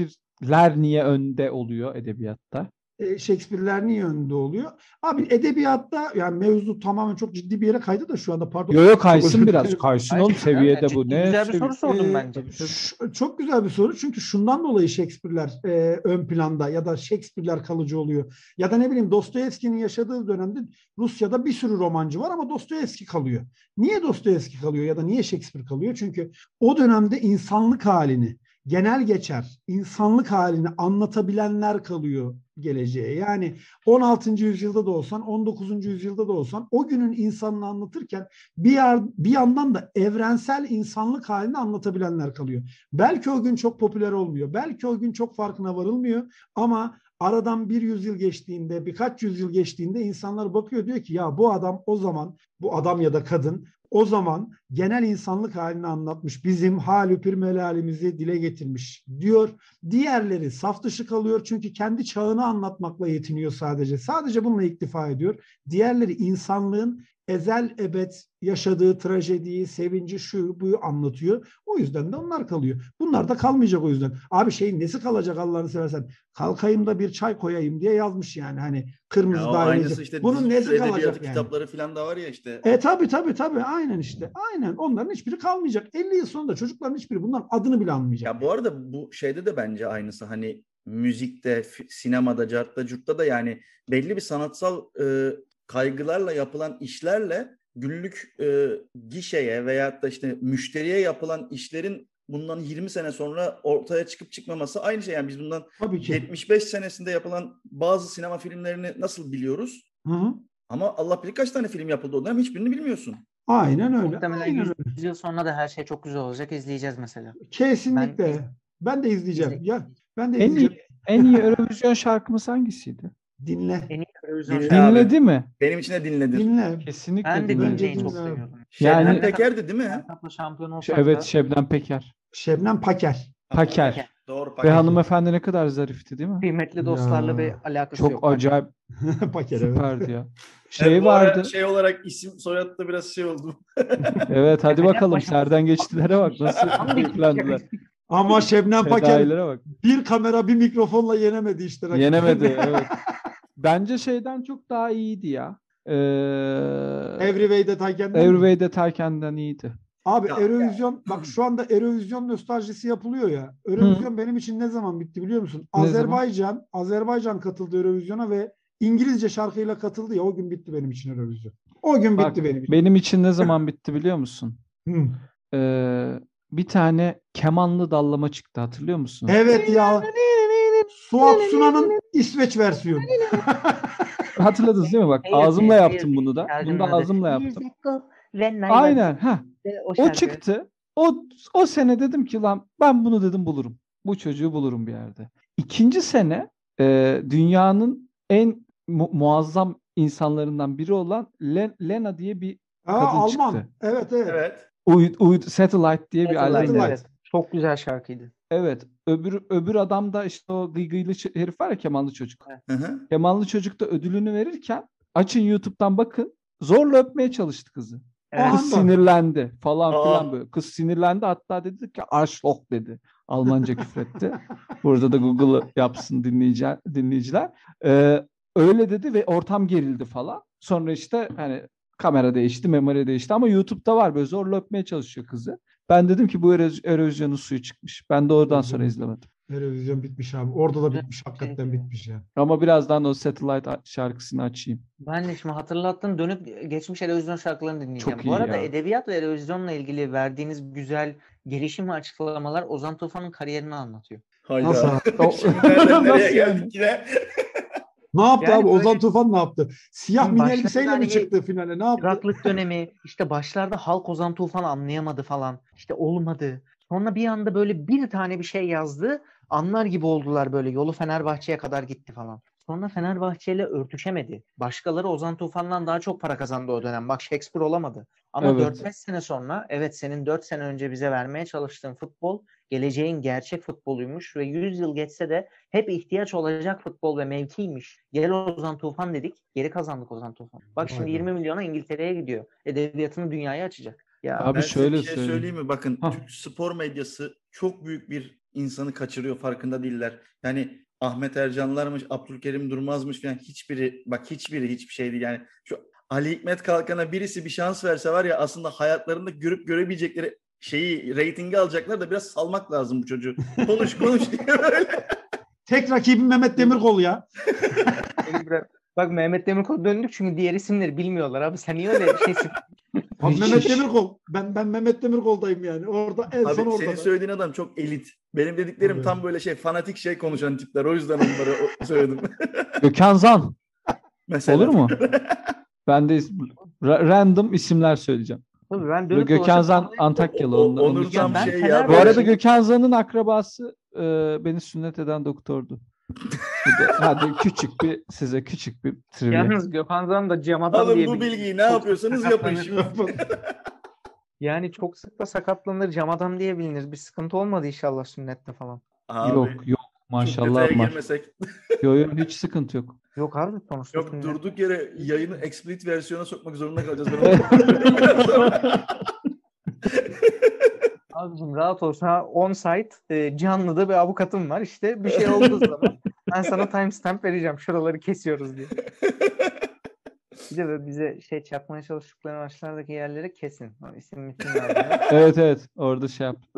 C: Shakespeare'ler niye önde oluyor edebiyatta?
B: e, Shakespeare'ler niye önde oluyor? Abi edebiyatta yani mevzu tamamen çok ciddi bir yere kaydı da şu anda pardon.
C: Yo yo
B: Çok özür
C: kaysın biraz.
B: dilerim.
C: Kaysın
D: Hayır,
C: oğlum seviyede
D: ciddi
C: bu. Ne
D: Güzel bir
C: sevi-
D: soru sordum
B: Ee,
D: bence.
B: Ş- Çok güzel bir soru çünkü şundan dolayı Shakespeare'ler e, ön planda ya da Shakespeare'ler kalıcı oluyor. Ya da ne bileyim Dostoyevski'nin yaşadığı dönemde Rusya'da bir sürü romancı var ama Dostoyevski kalıyor. Niye Dostoyevski kalıyor ya da niye Shakespeare kalıyor? Çünkü o dönemde insanlık halini genel geçer, insanlık halini anlatabilenler kalıyor geleceğe. Yani 16. yüzyılda da olsan, 19. yüzyılda da olsan o günün insanını anlatırken bir yer, bir yandan da evrensel insanlık halini anlatabilenler kalıyor. Belki o gün çok popüler olmuyor. Belki o gün çok farkına varılmıyor ama aradan bir yüzyıl geçtiğinde, birkaç yüzyıl geçtiğinde insanlar bakıyor diyor ki ya bu adam o zaman, bu adam ya da kadın o zaman genel insanlık halini anlatmış. Bizim halüpür melalimizi dile getirmiş diyor. Diğerleri saf dışı kalıyor çünkü kendi çağını anlatmakla yetiniyor sadece. Sadece bununla iktifa ediyor. Diğerleri insanlığın ezel ebed yaşadığı trajediyi, sevinci, şu buyu anlatıyor. O yüzden de onlar kalıyor. Bunlar da kalmayacak o yüzden. Abi şeyin nesi kalacak Allah'ını seversen? Kalkayım da bir çay koyayım diye yazmış yani hani kırmızı
A: Ya o
B: daireci.
A: aynısı işte
B: Bunun
A: dizi
B: nesi
A: edebiyatı
B: kalacak yani?
A: kitapları falan da var ya işte.
B: E tabi tabi tabi aynen işte. Aynen onların hiçbiri kalmayacak. 50 yıl sonunda çocukların hiçbiri bunların adını bile anmayacak.
A: Ya bu arada bu şeyde de bence aynısı hani müzikte, fi- sinemada, cartta, curtta da yani belli bir sanatsal e, kaygılarla yapılan işlerle günlük e, gişeye veyahut da işte müşteriye yapılan işlerin bundan 20 sene sonra ortaya çıkıp çıkmaması aynı şey. Yani biz bundan
B: Tabii ki.
A: 75 senesinde yapılan bazı sinema filmlerini nasıl biliyoruz?
B: Hı -hı.
A: Ama Allah bilir kaç tane film yapıldı o dönem hiçbirini bilmiyorsun.
B: Aynen öyle.
D: Muhtemelen
B: aynen
D: 100,
B: öyle.
D: yıl sonra da her şey çok güzel olacak. izleyeceğiz mesela.
B: Kesinlikle. Ben,
D: Ben-
B: de izleyeceğim.
D: İzle-
B: Ya ben de
C: En
B: izleyeceğim.
C: iyi, en iyi Eurovision şarkımız hangisiydi?
B: Dinle.
D: En iyi
C: Ee,
D: televizyon
A: Dinle-
D: şarkı.
A: abi.
C: Dinledi mi?
A: Benim için de dinledin.
B: Dinle.
C: Kesinlikle
D: Ben de
C: dinledi.
B: Bence
D: dinleyin çok
B: dinle abi.
D: seviyorum.
A: Şebnem
C: Yani-
A: Peker'di değil mi?
D: Dünya Kupası şampiyon
C: Şey,
D: olsak
C: evet
D: da
C: Şebnem Peker.
B: Şebnem Paker.
C: Paker.
D: Paker.
A: Doğru
C: Ve
A: Paker.
C: hanımefendi ne kadar zarifti değil mi?
D: kıymetli
B: Ya.
D: dostlarla bir alakası
C: Çok
D: yok.
C: acayip
B: Paker evet.
C: süperdi ya.
A: Evet,
C: Şey
A: bu ara
C: vardı.
A: Şey olarak isim soyadı da biraz şey oldu.
C: Evet hadi
D: Acayip
C: bakalım
D: başarılı.
C: serden geçtilere bak nasıl
D: Hangi-
C: yüklendiler.
B: Ama Şebnem Paker
C: Fedailere bak.
B: bir kamera bir mikrofonla yenemedi işte. rakibi.
C: Yenemedi evet. Bence şeyden çok daha iyiydi ya. Ee,
B: Everyway'de Tayken.
C: Everyway'de Terken'den iyiydi.
B: Abi
A: Ya-
B: Eurovision bak şu anda Eurovision nostaljisi yapılıyor ya. Eurovision benim için ne zaman bitti biliyor musun?
C: Ne zaman?
B: Azerbaycan Azerbaycan katıldı Eurovision'a ve İngilizce şarkıyla katıldı ya o gün bitti benim için Eurovision. O gün
C: Bak,
B: bitti benim için.
C: Benim için ne zaman bitti biliyor musun?
B: Hı.
C: Ee, bir tane kemanlı dallama çıktı hatırlıyor musun?
B: Evet ya. Suat Sunan'ın İsveç versiyonu.
C: Hatırladınız değil mi? Bak
D: Hayır,
C: ağzımla
D: hayır,
C: yaptım
D: hayır.
C: bunu da. Bunu da
D: Yardım
C: ağzımla yaptım.
D: Ve Nayla
C: Aynen. ha.
D: de
C: O
D: şarkı.
C: çıktı. O o sene dedim ki lan ben bunu dedim bulurum. Bu çocuğu bulurum bir yerde. İkinci sene e, dünyanın en mu- muazzam insanlarından biri olan Len- Lena diye bir
B: Ha,
C: Kadın
B: Alman.
C: çıktı.
B: Evet evet.
A: Evet.
C: uyut, uyut Satellite diye bir
D: Satellite,
C: albüm
B: Satellite.
C: var.
D: evet. Çok güzel şarkıydı.
C: Evet. Öbür öbür adam da işte o gıygıylı ç- herif var ya kemanlı çocuk.
A: Hı hı.
C: Kemanlı çocuk da ödülünü verirken açın YouTube'dan bakın. Zorla öpmeye çalıştı kızı.
D: Evet.
B: Aha.
C: Kız sinirlendi falan
A: Aa.
C: filan böyle. Kız sinirlendi hatta dedi ki Arschloch dedi. Almanca küfretti. Burada da Google yapsın dinleyici, dinleyiciler. Ee, öyle dedi ve ortam gerildi falan. Sonra işte hani kamera değişti, memori değişti ama YouTube'da var böyle zorla öpmeye çalışıyor kızı. Ben dedim ki bu eroz- erozyonun suyu çıkmış. Ben de oradan sonra izlemedim.
B: Televizyon bitmiş abi. Orada da bitmiş. Hakikaten bitmiş ya.
C: Ama birazdan o Satellite a- şarkısını açayım.
D: Ben de şimdi hatırlattın dönüp geçmiş Erozyon şarkılarını dinleyeceğim.
C: Çok iyi
D: Bu arada
C: ya.
D: edebiyat ve Erozyon'la ilgili verdiğiniz güzel gelişim ve açıklamalar Ozan Tufan'ın kariyerini anlatıyor.
A: Hayda.
B: Nasıl abi?
C: O-
A: Şimdi nereden nereye
C: Nasıl yani?
A: geldik yine?
B: Ne yaptı
D: Yani
B: abi? Ozan
D: böyle-
B: Tufan ne yaptı? Siyah mini
D: Başlarda
B: elbiseyle mi
D: hani-
B: çıktı finale? Ne yaptı?
D: Çıraklık dönemi işte başlarda halk Ozan Tufan'ı anlayamadı falan işte olmadı. Sonra bir anda böyle bir tane bir şey yazdı anlar gibi oldular böyle yolu Fenerbahçe'ye kadar gitti falan. Sonra Fenerbahçe ile örtüşemedi. Başkaları Ozan Tufan'dan daha çok para kazandı o dönem. Bak Shakespeare olamadı. Ama
C: Evet.
D: 4-5 sene sonra evet senin 4 sene önce bize vermeye çalıştığın futbol geleceğin gerçek futboluymuş ve 100 yıl geçse de hep ihtiyaç olacak futbol ve mevkiymiş. Gel Ozan Tufan dedik. Geri kazandık Ozan Tufan. Bak şimdi
B: Vay be.
D: 20 milyona İngiltere'ye gidiyor. Edebiyatını dünyaya açacak. Ya
C: Abi
A: Ben size
C: şöyle
A: bir şey
C: söyleyeyim.
A: söyleyeyim mi? Bakın
C: Hah.
A: Türk spor medyası çok büyük bir insanı kaçırıyor farkında değiller. Yani Ahmet Ercanlarmış, Abdülkerim Durmazmış falan hiçbiri bak hiçbiri hiçbir şey değil. Yani şu Ali Hikmet Kalkan'a birisi bir şans verse var ya aslında hayatlarında görüp görebilecekleri şeyi reytingi alacaklar da biraz salmak lazım bu çocuğu. Konuş konuş diye böyle.
B: Tek rakibim Mehmet Demirkol ya.
D: Bak Mehmet Demirkol döndük çünkü diğer isimleri bilmiyorlar abi. Sen niye öyle bir şeysin?
B: Abi
C: Hiç-
B: Mehmet
C: hiç-
B: Demirkol. Ben ben Mehmet Demirkol'dayım yani. Orada en son
A: Abi
B: orada.
A: senin
B: da.
A: söylediğin adam çok elit. Benim dediklerim
B: Tabii.
A: tam böyle şey fanatik şey konuşan tipler. O yüzden onları o- söyledim.
C: Gökhan Zan.
A: Mesela.
C: Olur mu? ben de is- ra- random isimler söyleyeceğim.
D: Tabii ben
C: Böyle
D: dönüp
C: Gökhan
D: dolaşıp
C: Zan
D: anlayamadım.
C: Antakyalı.
A: O-
C: Ondan,
A: Onur
C: onu-
A: Tam
D: ben
A: şey ya.
D: Fenerbahçe-
C: Bu arada
D: Gök-
C: Gökhan Zan'ın akrabası e, beni sünnet eden doktordu. Bu da- Hadi küçük bir size küçük bir trivia.
D: Yalnız Gökhan Zan da Cem Adam
A: Alın
D: diye
A: bu
D: bir-
A: bilgiyi ne
D: çok
A: yapıyorsanız yapın
D: sakatlanır.
A: şimdi.
D: Yani çok sık da sakatlanır. Cam adam diye bilinir. Bir sıkıntı olmadı inşallah sünnette falan.
A: Abi,
C: yok yok
A: Çok
C: maşallah
A: detaya
C: var.
A: girmesek.
C: Yok yok hiç sıkıntı yok.
D: Yok abi sonuçta
A: Yok
D: sünnet.
A: durduk yere yayını explicit versiyona sokmak zorunda kalacağız. Ben onu- Biraz sonra.
D: Abicim rahat ol. Sana on site e, canlıda bir avukatım var. İşte bir şey olduğu zaman ben sana timestamp vereceğim. Şuraları kesiyoruz diye. Bir de böyle bize şey çakmaya çalıştıkları maçlardaki yerleri kesin. Hani isim misim vermiyor.
C: Evet evet orada şey yap.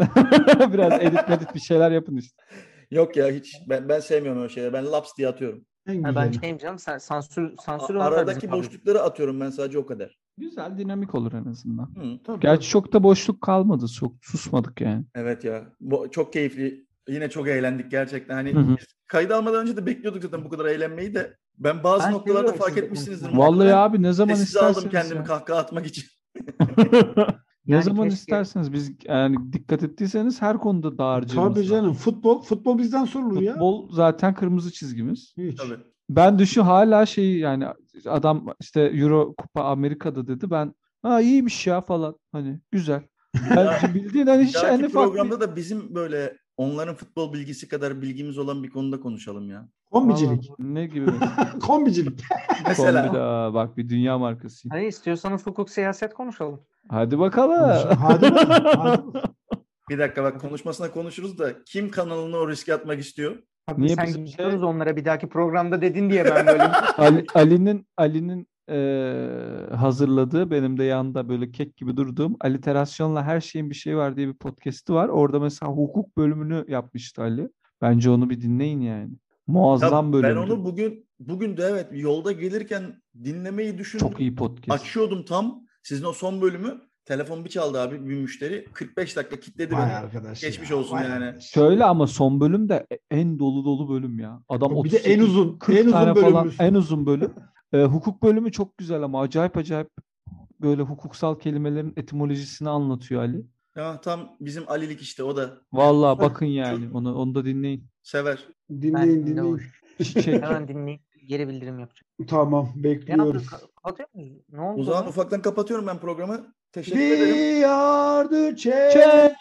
C: Biraz edit medit bir şeyler yapın işte.
A: Yok ya hiç. Ben, ben sevmiyorum öyle şeyleri. Ben laps diye atıyorum.
B: En
D: Ha, ben
B: güzeli.
D: şeyim canım sen- sansür
A: A-
D: sansür var da
A: aradaki
D: bizim abi.
A: boşlukları atıyorum ben sadece o kadar.
C: Güzel dinamik olur en azından.
A: Hı.
B: Tabii,
C: Gerçi çok da boşluk kalmadı. Çok susmadık yani.
A: Evet ya. Bu, çok keyifli. Yine çok eğlendik gerçekten. Hani
C: Hı hı.
A: biz kayda almadan önce de bekliyorduk zaten bu kadar eğlenmeyi de. Ben bazı
D: Ben
A: noktalarda
D: seviyorum
A: fark
D: sizinle
A: etmişsinizdir.
D: konuşmayı.
C: Vallahi abi ne zaman
A: Sessize aldım
C: isterseniz.
A: kendimi
C: ya.
A: kahkaha atmak için.
C: ne
D: Yani
C: zaman
D: keşke-
C: isterseniz biz yani dikkat ettiyseniz her konuda dağarcığımız
B: Tabii
C: var.
B: canım. Futbol futbol bizden sorulur ya.
C: Futbol zaten kırmızı çizgimiz.
B: Hiç.
A: Tabii.
C: Ben düşün hala şeyi yani adam işte Euro Kupa Amerika'da dedi ben ha iyiymiş ya falan hani güzel. Ben bildiğin hani hiç
A: Belki
C: en ufak bir-
A: programda da bizim böyle onların futbol bilgisi kadar bilgimiz olan bir konuda konuşalım ya.
B: Kombicilik.
C: ne gibi mesela?
B: Kombicilik.
A: Mesela
C: Kombida, bak bir dünya markası.
D: Hani istiyorsanız hukuk siyaset konuşalım.
C: Hadi bakalım.
B: Hadi bakalım, hadi bakalım.
A: bir dakika bak konuşmasına konuşuruz da kim kanalına o riske atmak istiyor?
D: Abi
C: Niye
D: sen
C: bizim şey-
D: gidiyoruz onlara bir dahaki programda dedin diye ben böyle.
C: Ali- Ali'nin Ali'nin eee, hazırladığı benim de yanında böyle kek gibi durduğum Aliterasyonla her şeyin bir şeyi var diye bir podcast'i var. Orada mesela hukuk bölümünü yapmıştı Ali. Bence onu bir dinleyin yani.
A: Ya
C: Muazzam
A: ben
C: bölümdü.
A: onu bugün bugün de evet yolda gelirken dinlemeyi düşündüm.
C: Çok iyi podcast.
A: Açıyordum tam sizin o son bölümü. Telefon bir çaldı abi bir müşteri. 45 dakika kilitledi
B: Vay
A: beni.
B: arkadaş
A: Geçmiş
B: ya,
A: olsun
B: vay
A: yani.
B: arkadaş.
C: Şöyle ama son bölüm de en dolu dolu bölüm ya. Adam
B: Bir de
C: 38
B: en uzun,
C: 40
B: en uzun
C: tane falan
B: bölümümüz.
C: en uzun bölüm. Ee, hukuk bölümü çok güzel ama acayip acayip böyle hukuksal kelimelerin etimolojisini anlatıyor Ali.
A: Ya tam bizim Alilik işte o da
C: Vallahi bakın yani onu onu da dinleyin.
A: sever.
B: Dinleyin
D: Ben de
B: dinleyin.
D: hoş.
C: Çiçek.
D: Hemen dinleyin. geri bildirim yapacak.
B: Tamam
D: Ne yaptın?
B: bekliyoruz.
D: Kapatıyor muyuz? Ne oldu?
A: O zaman ufaktan kapatıyorum ben programı. Teşekkür ederim.
B: We are the
C: Champions.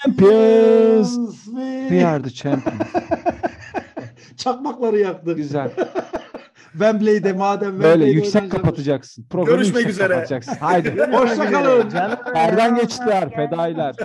B: champions. We-
C: We are the champion.
B: Çakmakları yaktı.
C: Güzel.
B: Wembley'de madem
C: Böyle
B: Wembley'de
C: yüksek
B: oynayacakmış.
C: kapatacaksın. Programı
A: Görüşmek
C: yüksek
A: üzere.
C: kapatacaksın. Haydi.
B: Hoşça kalın.
D: Canım.
C: Yerden geçtiler fedailer.